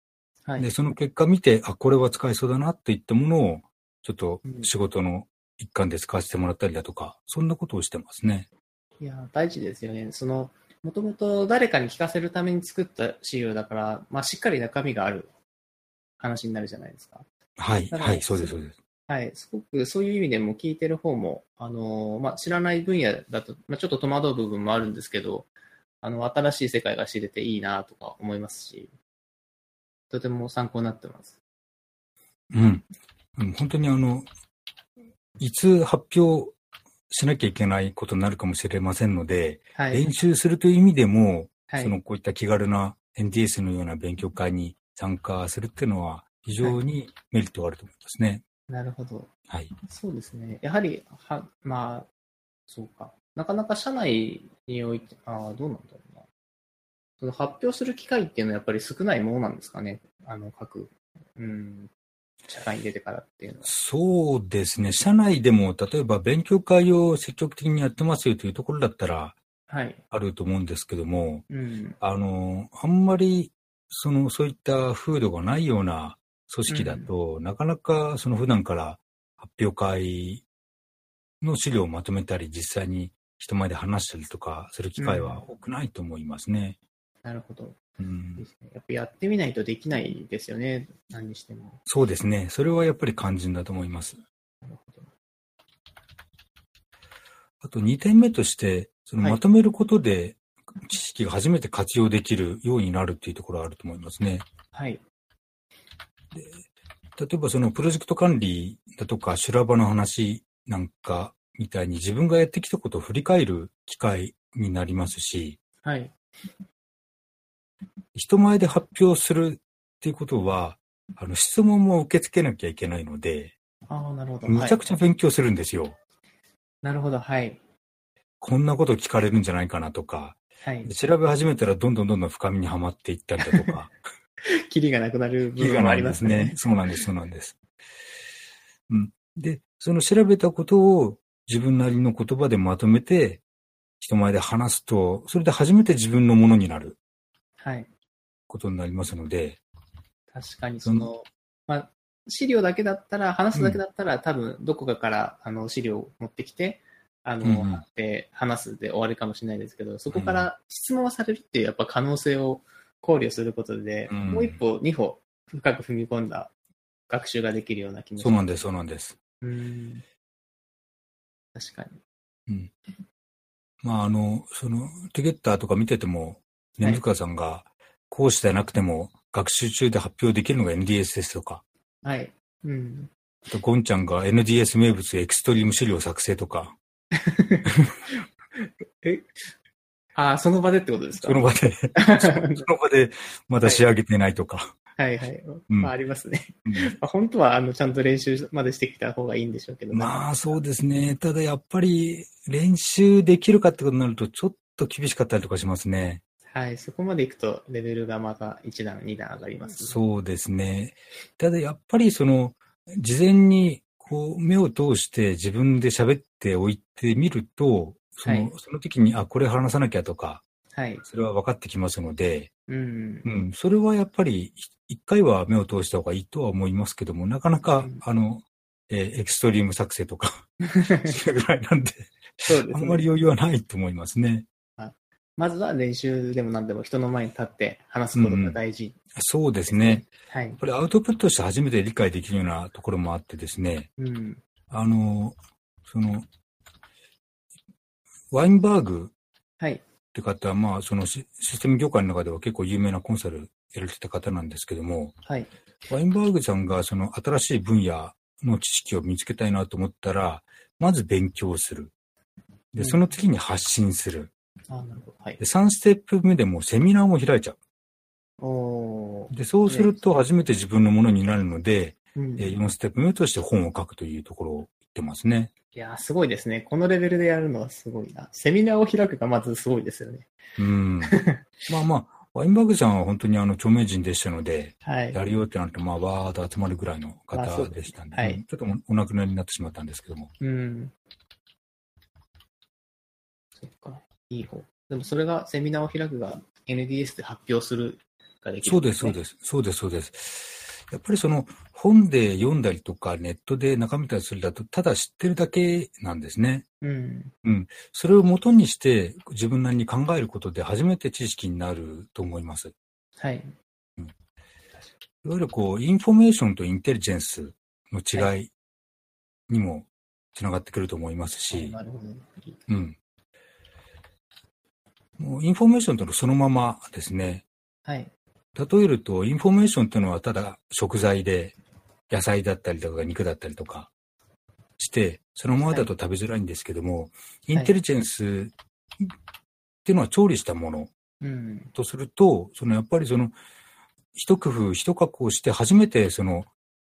はい。で、その結果見て、あ、これは使えそうだなっていったものを、ちょっとうん仕事の一環で使わせてもらったりだとか、そんなことをしてますね。いや、大事ですよね。その、もともと誰かに聞かせるために作った資料だから、まあ、しっかり中身がある話になるじゃないですか。はい、だからはい、そうです、そうです。はい、すごくそういう意味でも聞いてる方も、あのまあ、知らない分野だと、まあ、ちょっと戸惑う部分もあるんですけど、あの新しい世界が知れていいなとか思いますし、とても参考になってます。うん。うん本当にあの、いつ発表しなきゃいけないことになるかもしれませんので、はい練、習するという意味でも、はいそのこういった気軽な NDS のような勉強会に参加するっていうのは、非常にメリットがあると思いますね。なるほど、はい。そうですね、やはりは、まあ、そうか、なかなか社内において、ああ、どうなんだろうな、その発表する機会っていうのはやっぱり少ないものなんですかね、あの各、うん、社会に出てからっていうのは。そうですね。社内でも、例えば勉強会を積極的にやってますよというところだったらはい、あると思うんですけども、うん、あの、あんまり、その、そういった風土がないような組織だと、なかなか、その普段から発表会の資料をまとめたり、実際に人前で話したりとかする機会は多くないと思いますね。なるほど。うんで、すね。やっぱやってみないとできないですよね、何にしても。そうですね。それはやっぱり肝心だと思います。なるほど。あと2点目として、そのはいまとめることで、知識が初めて活用できるようになるっていうところはあると思いますね。はい。例えばそのプロジェクト管理だとか修羅場の話なんかみたいに自分がやってきたことを振り返る機会になりますし、はい。人前で発表するっていうことは、あの質問も受け付けなきゃいけないので、ああ、なるほど。めちゃくちゃはい、勉強するんですよ。なるほど。はい。こんなこと聞かれるんじゃないかなとか、 はい。調べ始めたらどんどんどんどん深みにはまっていったりだとか、キリがなくなる 部理分がもあなりいんまですすねね。。そうなんです、そうなんです。うん。で、その調べたことを自分なりの言葉でまとめて、人前で話すと、それで初めて自分のものになるはい。ことになりますので、確かに、その、まあ、資料だけだったら、話すだけだったら、多分、どこかから、あの、資料を持ってきて、あの、うんうん貼って話すで終わるかもしれないですけど、そこから質問されるっていう、やっぱ可能性を考慮することで、うんもう一歩、二歩、深く踏み込んだ学習ができるような気もしそうなんです、そうなんです。うん確かに。まあ、あの、その、テゲッターとか見てても、はい根塚さんが、講師でなくても、学習中で発表できるのが NDS ですとか、はい。うん。あと、ゴンちゃんが NDS 名物エクストリーム資料作成とか、え、ああ、その場でってことですかその 場で、その場でまだ仕上げてないとか。はいはい。んまあ、ありますね。うんまあ、本当は、あの、ちゃんと練習までしてきた方がいいんでしょうけど、まあそうでですね。ただやっぱり練習できるかってことになるとちょっと厳しかったりとかしますね。す。はい、そこまでいくと、レベルがまた1段、2段上がります、そうですね。ただやっぱりその事前にこう目を通して自分で喋っておいてみると、その,、はいその時にあ、これ話さなきゃとか、はい。それは分かってきますので、うんう。ん、それはやっぱり一回は目を通した方がいいとは思いますけども、なかなか、うんあの、えーエクストリーム作成 とかするぐらいなんで、そうであすんまりね。余裕はないと思いますね。まずは練習でも何でも人の前に立って話すことが大事そうでですすねね。。はいやっ。ぱりアウトプットして初めて理解できるようなところもあってですね、うん。あの、その、ワインバーグっはい。て方は、まあ、そのシシステム業界の中では結構有名なコンサルやられてた方なんですけども、はい。ワインバーグさんがその新しい分野の知識を見つけたいなと思ったら、まず勉強する。うで、んその次に発信する。あなるほど。はいで、。3ステップ目でもうセミナーも開いちゃおーう。で、そうすると初めて自分のものになるので、うん。えーい4ステップ目として本を書くというところを言ってますね。やー、すごいですね。このレベルでやるのはすごいな。セミナーを開くがまずすごいですよね。 うん。まあまあ、ワインバーグさんは本当にあの著名人でしたので、はい。やるよってなると、まあ、わーっと集まるぐらいのまあそう方でしたんで、はいうんちょっとお亡くなりになってしまったんですけども。うん。そっか。いい方。でもそれがセミナーを開くが NDS で発表するができる、そうです、そうす。です。そうです、そうです。やっぱりその本で読んだりとか、ネットで中身たりするだと、ただ知ってるだけなんですね。うん。それを元にして自分なりに考えることで初めて知識になると思います。いはい。わゆるこう、インフォメーションとインテリジェンスの違いにもつながってくると思いますし、なるほど。いいうん。もうインフォメーションというのはそのままですね。はい。例えると、インフォメーションというのはただ食材で、野菜だったりとか肉だったりとかして、そのままだと食べづらいんですけども、インテリジェンスっていうのは調理したものうん。とすると、そのやっぱりその、一工夫、一加工して初めてその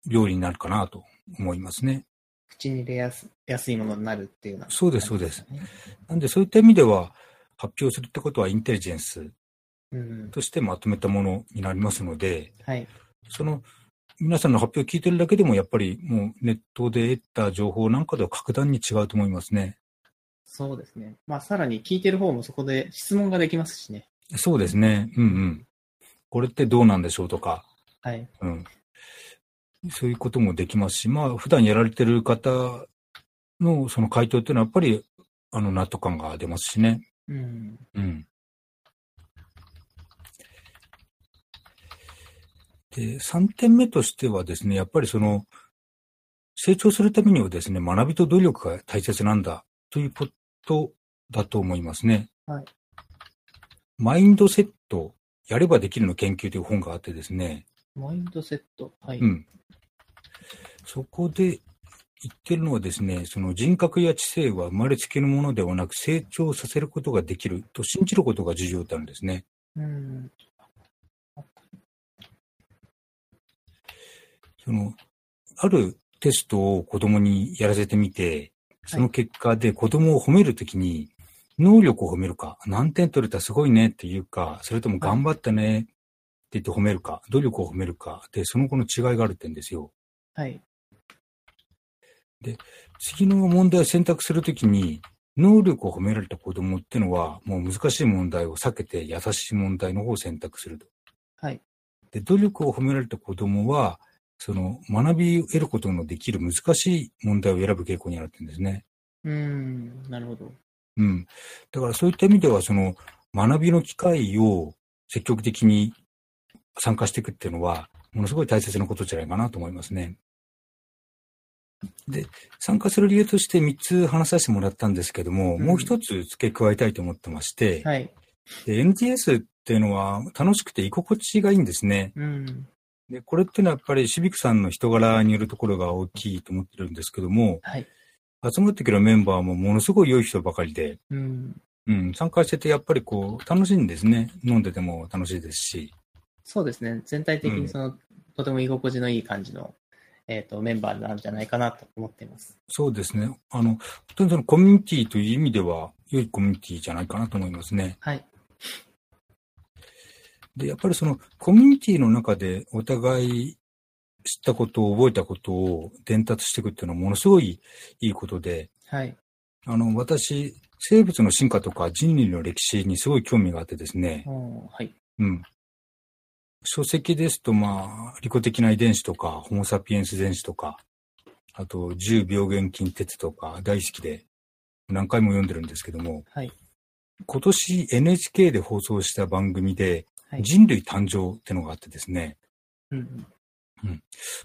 料理になるかなと思いますね。口に入れやすやすいものになるっていうのは、そうですそうですありまなんでそういった意味では、発表するってことはインテリジェンスすよね。うん。としてまとめたものになりますので、はい。その皆さんの発表を聞いてるだけでも、やっぱりもうネットで得た情報なんかでは格段に違うと思いますね。そうですね。まあ、さらに聞いてる方もそこで質問ができますしね。そうですね。うんうん。これってどうなんでしょうとか、はい。うん。そういうこともできますし、まあ、普段やられてる方のその回答っていうのは、やっぱり、あの、納得感が出ますしね。うん。うん。で、3点目としてはですね、やっぱりその、成長するためにはですね、学びと努力が大切なんだということだと思いますね。はいマインドセット、やればできるの研究という本があってですね、マインドセット。はい。うん。そこで言ってるのはですね、その人格や知性は生まれつきのものではなく成長させることができると信じることが重要なんですね。うん。その、あるテストを子供にやらせてみて、その結果で子供を褒めるときに、能力を褒めるか、何点取れたすごいねっていうか、それとも頑張ったねって言って褒めるか、努力を褒めるかで、その子の違いがあるって言うんですよ。はい。次の問題を選択するときに、能力を褒められた子供ってのは、もう難しい問題を避けて優しい問題の方を選択すると。はい。で、努力を褒められた子供は、その学びを得ることのできる難しい問題を選ぶ傾向にあるってんですね。うん。なるほど。うん。だからそういった意味では、その学びの機会を積極的に参加していくっていうのは、ものすごい大切なことじゃないかなと思いますね。で、参加する理由として3つ話させてもらったんですけども、うんもう1つ付け加えたいと思ってまして、はい。で NTS っていうのは楽しくて居心地がいいんですね。うん。で、これってのはやっぱりシビックさんの人柄によるところが大きいと思ってるんですけども、はい。集まってくるメンバーもものすごい良い人ばかりで、うん。うん、参加してて、やっぱりこう、楽しいんですね。飲んでても楽しいですし。そうですね、全体的うんにその、とても居心地のいい感じの、えー、とメンバーなんじゃないかなと思っています。そうですね。あの、本当にそのコミュニティという意味では、良いコミュニティじゃないかなと思いますね。はい、で、やっぱりそのコミュニティの中でお互い知ったこと、覚えたことを伝達していくっていうのはものすごいいいことで、はい、あの、私、生物の進化とか人類の歴史にすごい興味があってですね、うんはい、うん。書籍ですと、まあ、利己的な遺伝子とか、ホモサピエンス全子とか、あと、重病原菌鉄とか大好きで、何回も読んでるんですけども、はい、今年 NHK で放送した番組で、はい。人類誕生ってのがあってですね、うんうん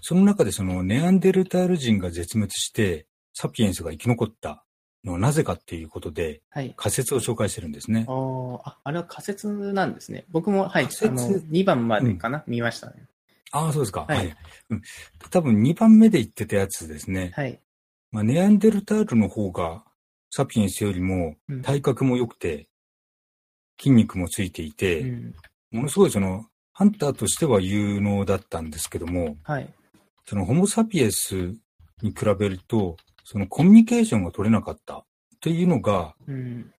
その中でそのネアンデルタール人が絶滅して、サピエンスが生き残ったのはなぜかっていうことで、はい仮説を紹介してるんですねあ。ーああれは仮説なんですね。僕も、はい、仮あ説の2番までかな、見ましたね。ああ、そうですか。はいうん、多分2番目で言ってたやつですね。はい。まあ、ネアンデルタールの方がサピエンスよりもうん体格も良くて、筋肉もついていて、うんものすごいその、ハンターとしては有能だったんですけども、はい。そのホモサピエンスに比べると、そのコミュニケーションが取れなかったというのがうん。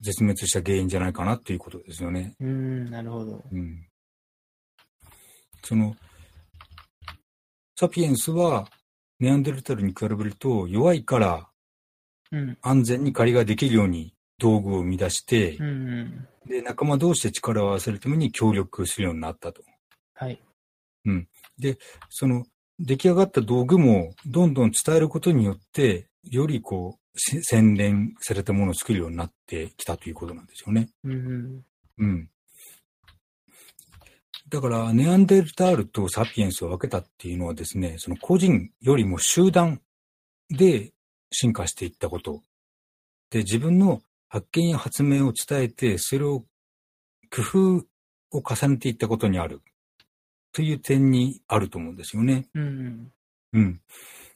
絶滅した原因じゃないかなっていうことですよね。うん、なるほど。うん。その、サピエンスはネアンデルタールに比べると弱いからうん。安全に借りができるように道具を生み出して、うんうん。で、仲間同士で力を合わせるために協力するようになったと。はい。その、出来上がった道具も、どんどん伝えることによって、よりこう、せ洗練されたものを作るようになってきたということなんですよね。うんうん。うん。だから、ネアンデルタールとサピエンスを分けたっていうのはですね、その個人よりも集団で進化していったこと。で、自分の発見や発明を伝えて、それを工夫を重ねていったことにある。という点にあると思うんですよね。うんうん。うん。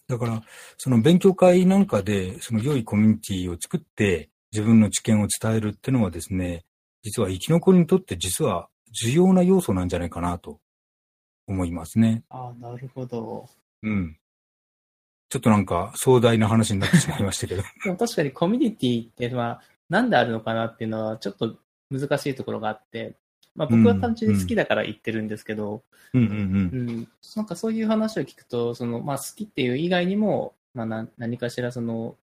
だから、その勉強会なんかで、その良いコミュニティを作って、自分の知見を伝えるってのはですね、実は生き残りにとって実は重要な要素なんじゃないかなと思いますね。ああ、なるほど。うん。ちょっとなんか壮大な話になってしまいましたけど。でも確かにコミュニティって、まあ、なんであるのかなっていうのは、ちょっと難しいところがあって、まあ、僕は単純に好きだから言ってるんですけど、 うんうんうん、なんかそういう話を聞くと、そのまあ、好きっていう以外にも、まあ、な何かしらその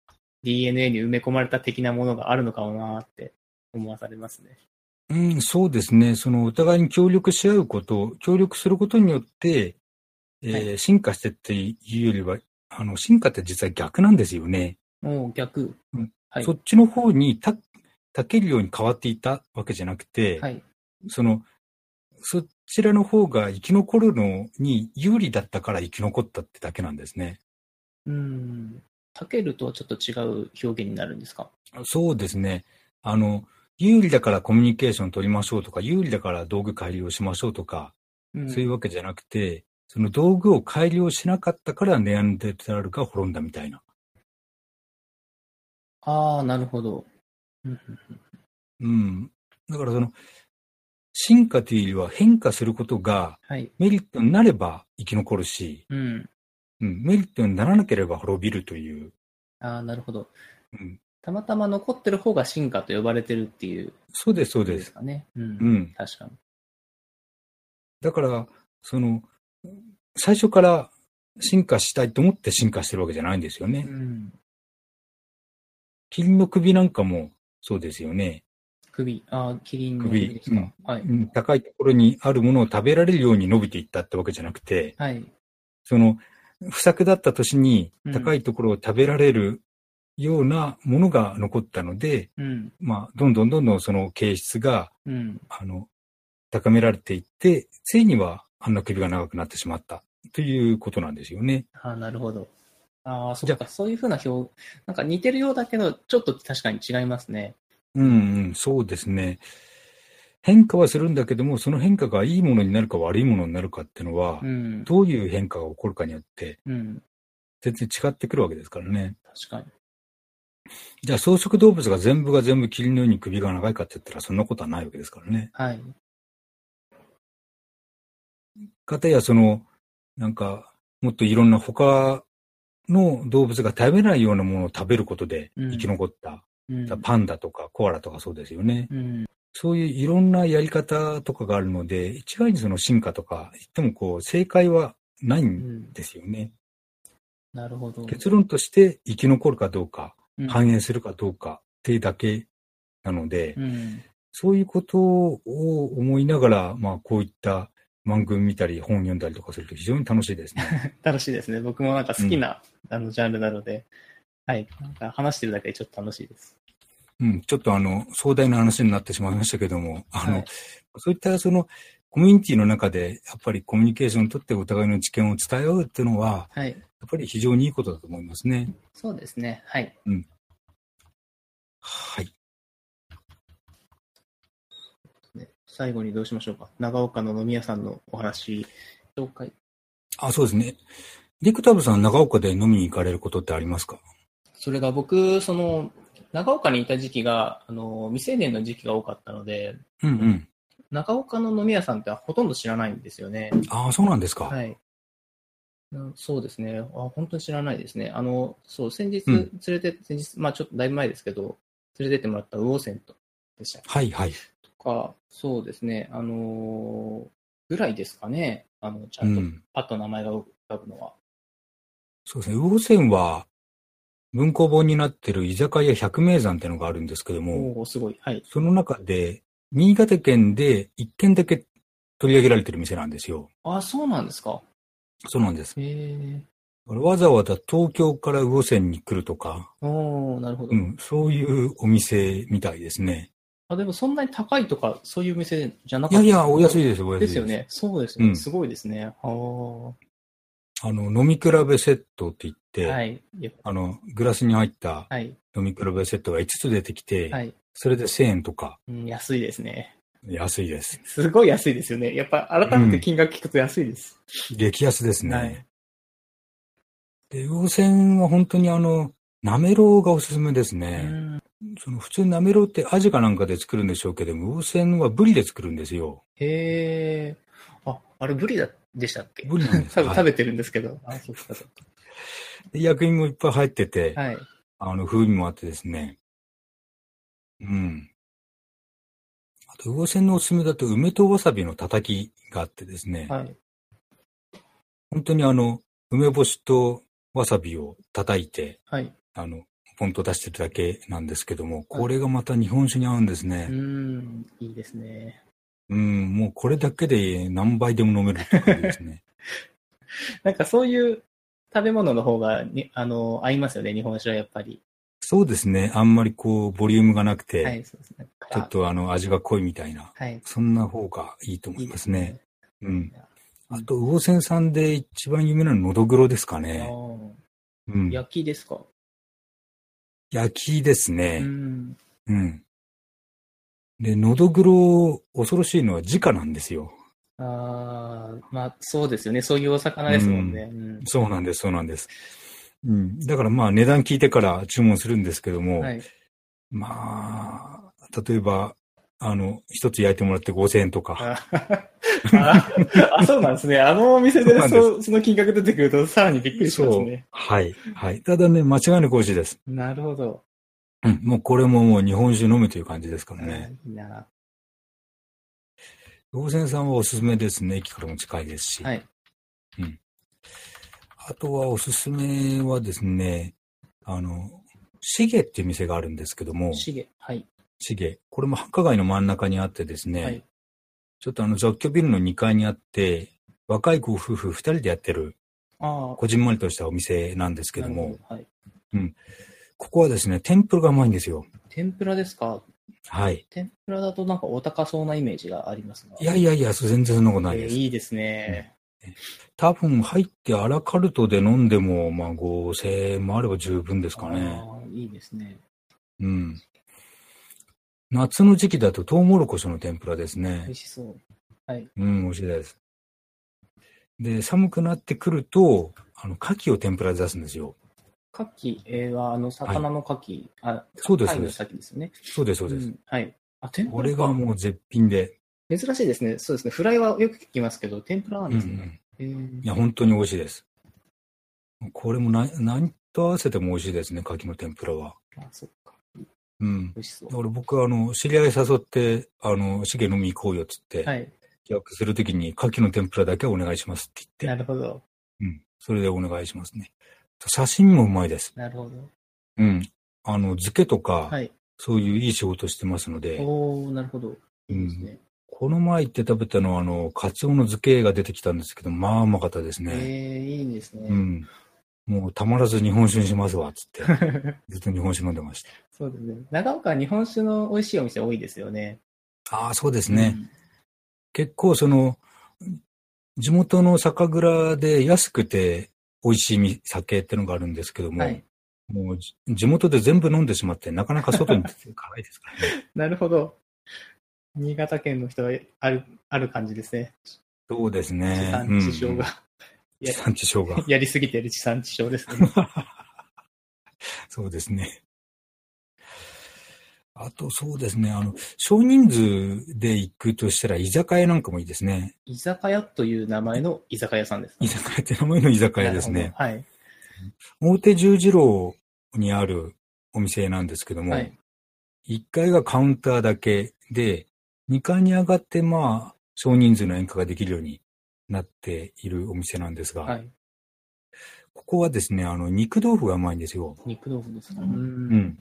DNA に埋め込まれた的なものがあるのかもなーって思わされますね。うん。うん、そうですね。そのお互いに協力し合うこと、協力することによって、えーは進化してっていうよりは、あの、進化って実は逆なんですよね。もう逆。うんはいそ。っちの方にた、たけるように変わっていたわけじゃなくて、はい。その、そちらの方が生き残るのに有利だったから生き残ったってだけなんですね。うん。タケルとはちょっと違う表現になるんですかそうですね。あの、有利だからコミュニケーション取りましょうとか、有利だから道具改良しましょうとか、うんそういうわけじゃなくて、その道具を改良しなかったからネアンデルタールが滅んだみたいな。ああ、なるほど。うんうん。だからその、進化というよりは変化することがはい。メリットになれば生き残るし、うん。うん、メリットにならなければ滅びるという、ああ、なるほど。うん、たまたま残ってる方が進化と呼ばれてるっていうそうです、そうことでですす。かね。う。うんん、確かに。だから、その、最初から進化したいと思って進化してるわけじゃないんですよねう。ん。キリンの首なんかもそうですよね。首、ああ、キリンの首ですか。はい。うん、高いところにあるものを食べられるように伸びていったってわけじゃなくて、はい。その、不作だった年にうん高いところを食べられるようなものが残ったので、うん。まあ、どんどんどんどんその形質がうん。あの、高められていって、ついにはあんな首が長くなってしまったということなんですよね。ああ、なるほど。ああ、そじっゃか。そういうふうな表、なんか似てるようだけど、ちょっと確かに違いますね。うんうん、そうですね。変化はするんだけども、その変化がいいものになるか悪いものになるかっていうのは、うん。どういう変化が起こるかによって、うん。全然違ってくるわけですからね。確かに。じゃあ、草食動物が全部が全部霧のように首が長いかって言ったら、そんなことはないわけですからね。はい。かたや、その、なんか、もっといろんな他の動物が食べないようなものを食べることでうん生き残った、うん。パンダとかコアラとかそうですよね。うん。そういういろんなやり方とかがあるので、一概にその進化とか言ってもこう、正解はないうんん。ですよね。なるほど。結論として生き残るかどうか、うん繁栄するかどうかっていうだけなので、うん。そういうことを思いながら、まあこういった番組見たり本読んだりとかすると非常に楽しいですね。楽しいですね。僕もなんか好きな、あのジャンルなので、はい。なんか話してるだけでちょっと楽しいです。うん、ちょっとあの、壮大な話になってしまいましたけども、あの、はいそういったその、コミュニティの中で、やっぱりコミュニケーションを取ってお互いの知見を伝え合うっていうのは、はい。やっぱり非常にいいことだと思いますね。そうですね。はい。はい。ね最後にどうしましょうか。長岡の飲み屋さんのお話、紹介。あ、そうですね。ディクタブさん、長岡で飲みに行かれることってありますかそれが僕、その、長岡にいた時期が、あの、未成年の時期が多かったので、うんうん。長岡の飲み屋さんってほとんど知らないんですよね。ああ、そうなんですか。はい。うんそうですねあ。本当に知らないですね。あの、そう、先日う連んれて、先日、まあちょっとだいぶ前ですけど、連れてってもらった魚線とでしたはいはい。とか、そうですね、あのーぐらいですかね。あの、ちゃうんと、ん。パッと名前が浮かぶのは。そうですね。魚線は、文庫本になってる居酒屋百名山っていうのがあるんですけども、おおーすごい。はい。その中で、新潟県で一軒だけ取り上げられてる店なんですよ。あ、そうなんですか。そうなんです。へえ。わざわざ東京から魚線に来るとか、おおなるほど。うん、そういうお店みたいですね。あ、でもそんなに高いとか、そういう店じゃなかいったやいや、お安いですよ、お安でいですす。よ。ね。そうですよね。うんすごいですね。あーあの、飲み比べセットって言って、はい。いやあの、グラスに入ったはい。飲み比べセットが5つ出てきて、はい。それで1000円とか、うん、安いですね。安いです。すごい安いですよね。やっぱ改めて金額聞くと安いです。激安ですね。はいで、魚線は本当にあの、なめろうがおすすめですうね。ん、その普通なめろうってアジかなんかで作るんでしょうけども、魚線はブリで作るんですよ。へえ。あ、あれブリだでしたっけブリなんです 多分はい食べてるんですけど。あ、そうかそうで薬品もいっぱい入ってて、か。はい。あの風味もあってですね。うん。あと、魚線のおすすめだと梅とわさびのたたきがあってですね、はい。本当にあの、梅干しとわさびを叩いて、はい。あの、ポンと出してるだけなんですけども、これがまた日本酒に合うんですうね。ん、いいですね。うん、もうこれだけで何杯でも飲めるって感じです ね。なんかそういう食べ物の方がに、あの、合いますよね。日本酒はやっぱり。そうですね。あんまりこう、ボリュームがなくて、はい、そうですね。ちょっとあの、味が濃いみたいな、あ。はい。そんな方がいいと思いますね。うんいや。あと、魚線さんで一番有名なのはのどぐろですかあね。ーうん。焼きですか。焼きですうね。ん。うん。で、のどぐろ、恐ろしいのは直なんですよ。ああ、まあそうですよね。そういうお魚ですもんね。うんそうなんです、そうなんです。うん。だからまあ、値段聞いてから注文するんですけども、はい。まあ、例えば、あの、一つ焼いてもらって5000円とか、ああ、そうなんですね。あのお店そうでなんですそその金額出てくると、さらにびっくりしますね。はい。はい。ただね、間違いなく美味しいです。なるほど。うん。もうこれももう日本酒飲むという感じですからね。いいな。動線さんはおすすめですね。駅からも近いですし。はい。あとはおすすめはですね、あの、シゲっていう店があるんですけども、しげ。はい。シゲ。これも繁華街の真ん中にあってですね、はい。ちょっとあの雑居ビルの2階にあって、若いご夫婦2人でやってる、ああ。こじんまりとしたお店なんですけどなもる、ほどはい。ここはですね、天ぷらがうまいんですよ。天ぷらですかはい。天ぷらだとなんかお高そうなイメージがありますが。いやいやいや、そう全然そんなことなえいーです。いいですね。多分入ってアラカルトで飲んでも、まあ5000円もあれば十分ですあかね。ーいいですね。うん。夏の時期だとトウモロコシの天ぷらです美ね味。しそう。うん、美味しいです。で、寒くなってくると、あの、牡蠣を天ぷらで出すんですよ。牡蠣は、あの、魚の牡蠣、あ、そうです貝のそ牡蠣ですよね。そうです、そうです。んはい。あ、天こぷられがか。もう絶品で、珍しいですね。そうですね。フライはよく聞きますけど、天ぷらなうんんうですね。ん、えいや、本当に美味しいです。これもな何と合わせても美味しいですね、牡蠣の天ぷらは。あ、そっか。うん。美味しそうだ。から僕は、あの、知り合い誘って、あの、シゲ飲み行こうよって言って、はい。予約するときに、牡蠣の天ぷらだけはお願いしますって言なって、るほど。うん。それでお願いしますね。刺身もうまいです。なるほど。うん。あの、漬けとか、はい。そういういい仕事してますので、おおなるほど。いいですね。この前行って食べたのは、あの、カツオの漬けが出てきたんですけど、まあうまかったですえね。えいいですね。うん。もうたまらず日本酒にしますわ、つって。ずっと日本酒飲んでまし そうですね。長岡は日本酒の美味しいお店多いですよね。た。ああ、そうですね。結構その、地元の酒蔵で安くて美味しいみ酒ってのがあるんですけどうん。も、はい。もうじ地元で全部飲んでしまって、なかなか外に出ていかないですからね。なるほど。新潟県の人はある、ある感じですね。そうです地ね。産地消が、。うん。地産地消がやりすぎてる地産地消ですね。そうですね。あと、そうですね。あの、少人数で行くとしたら、居酒屋なんかもいいですね。居酒屋という名前の居酒屋さんです、居酒屋って名前の居酒屋ですね。なる大手十字路にあるお店なんですけどほど。も、はい。はい。 1階がカウンターだけで、2階に上がって、まあ、少人数の宴会ができるようになっているお店なんですが、はい。ここはですね、あの、肉豆腐がうまいんですよ。肉豆腐ですか。う。うんん。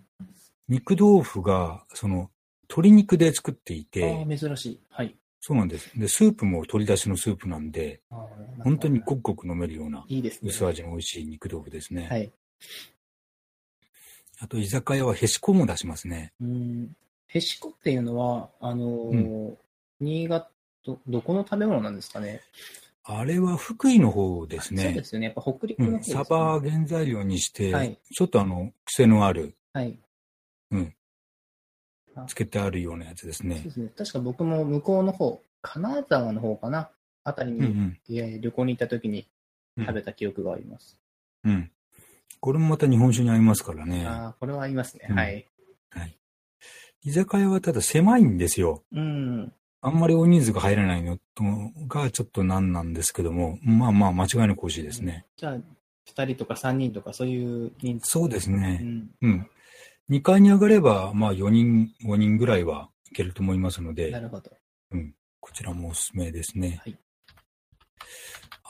肉豆腐が、その、鶏肉で作っていあて、ー珍しい。はい。そうなんです。で、スープも鶏出しのスープなんで、あーなんか本当にごくごく飲めるようないいですね。薄味の美味しい肉豆腐ですね。はい。あと、居酒屋はへしこも出しますね。うん。へしこっていうのは、あのーう新潟、どどこの食べ物なんですかね。あれは福井の方ですそうねで。すよね。やっぱ北陸うの方ん、ですよサねバ原材料にして、はいちょっとあの、癖のある、はい。つけてあるようなやつですそうねで。すね。確か僕も向こうの方、金沢の方かな、あたりうんうに、ん。えー旅行に行った時にうん食べた記憶があります。うん。これもまた日本酒に合いますからね。ああ、これはありますね。うんはい。はい。居酒屋はただ狭いんですよ。うん。あんまり大人数が入らないのとがちょっと難なんですけども、まあまあ間違いなく美味しいですね。じゃあ、2人とか3人とか、そういう人数。そうですうね。ん。うん。2階に上がれば、まあ4人、5人ぐらいはいけると思いますので。なるほど。こちらもおすすめですね。はい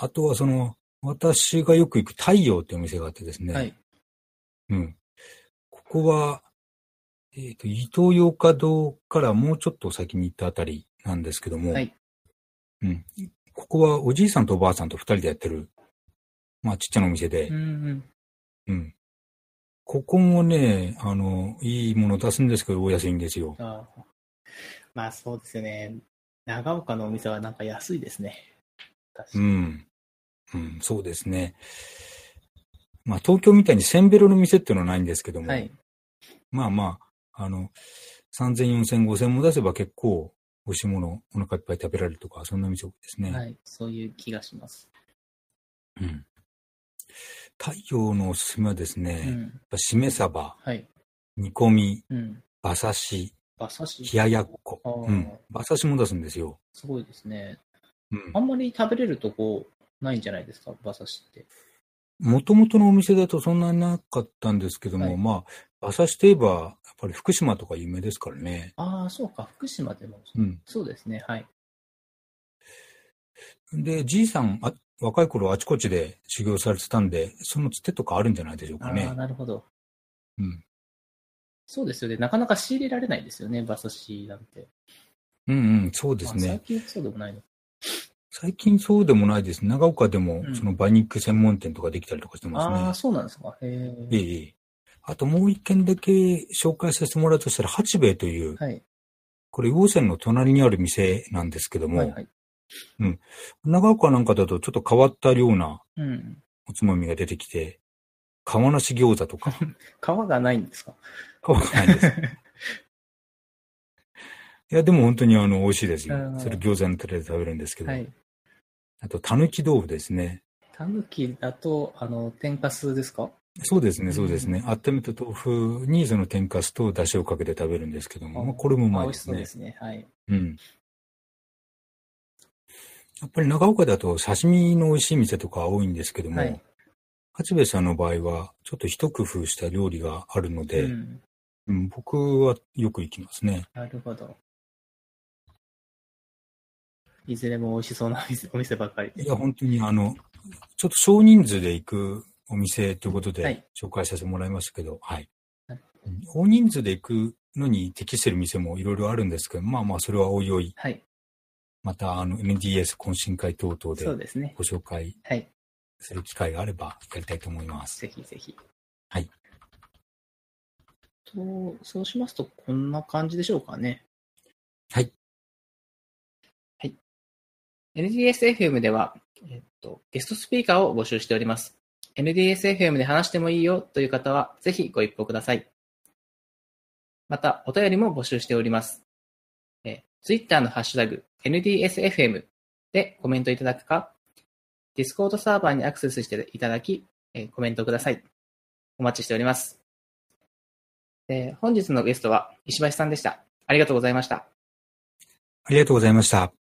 あとは、その、私がよく行く太陽っていうお店があってですね。はい。うん。ここは、えっ、と、伊東洋華堂からもうちょっと先に行ったあたりなんですけども、はいうん。ここはおじいさんとおばあさんと二人でやってる、まあ、ちっちゃなお店で、うんうん。うん。ここもね、あの、いいもの出すんですけど、お安いんですよ。あーまあ、そうですよね。長岡のお店はなんか安いですね。確かうに。ん。うん、そうですね。まあ、東京みたいにせんべろの店っていうのはないんですけども、はい。まあまあ、あの、3000、4000、5000も出せば結構、美味しいもの、お腹いっぱい食べられるとか、そんな店多いですね。はい。そういう気がします。うん。太陽のおすすめはですね、うやっん。ぱしめ鯖、はい。煮込み、うん。馬刺し、馬刺し。冷ややっこあ。ーうん。馬刺しも出すんですよ。すごいですね。うんあ。んまり食べれるとこないんじゃないですか、馬刺しって。もともとのお店だとそんなになかったんですけども、はいまあ、馬刺しといえば、やっぱり福島とか有名ですからね。ああ、そうか、福島でも。うん。そうですね、はい。で、じいさん、あ若い頃あちこちで修行されてたんで、そのつてとかあるんじゃないでしょうあかあ、ね。なるほど。うん。そうですよね、なかなか仕入れられないですよね、馬刺しなんて。うんうん、そうですまあ最ね。近そうでもないの。最近そうでもないです。長岡でもう、んその馬肉専門店とかできたりとかしてますね。ああ、そうなんですか。へええ。えええ。あともう一軒だけ紹介させてもらうとしたら、八兵衛という、はい。これ、魚線の隣にある店なんですけども、はいはい。長岡なんかだとちょっと変わったようなうん。おつまみが出てきて、釜なし餃子 とか、皮がないんですか。わかんないです。 いや、でも本当にあの、美味しいですよう。んそれ餃子のタレで食べるんですけど。はい。あと、たぬき豆腐ですね。たぬきだと、あの、天かすですかそうですね、そうですうね。温めた豆腐にその天かすと出汁をかけて食べるんですけども、まあ、これもうまあい美で味しすそうねで。すね。はい。うん。やっぱり長岡だと刺身の美味しい店とか多いんですけども、はい八兵衛さんの場合はちょっと一工夫した料理があるので、うん。うん僕はよく行きますね。なるほど。いずれも美味しそうなお店お店ばかりで。いや、本当にあの、ちょっと少人数で行くお店ということはでい紹介させてもらいましたけど、はい。はいうん大人数で行くのに適してる店もいろいろあるんですけど、まあまあそれはおいおい、はい。またあの MDS 懇親会等々そうでですね。ご紹介はい。する機会があればやりたいと思います。ぜひぜひ。はい。と、そうしますと、こんな感じでしょうかね。はい。はい。NDSFM では、えっと、ゲストスピーカーを募集しております。NDSFM で話してもいいよという方は、ぜひご一報ください。また、お便りも募集しております。え、Twitter のハッシュタグ、NDSFM でコメントいただくか、Discord サーバーにアクセスしていただき、えーコメントください。お待ちしております。えー本日のゲストは石橋さんでした。ありがとうございました。ありがとうございました。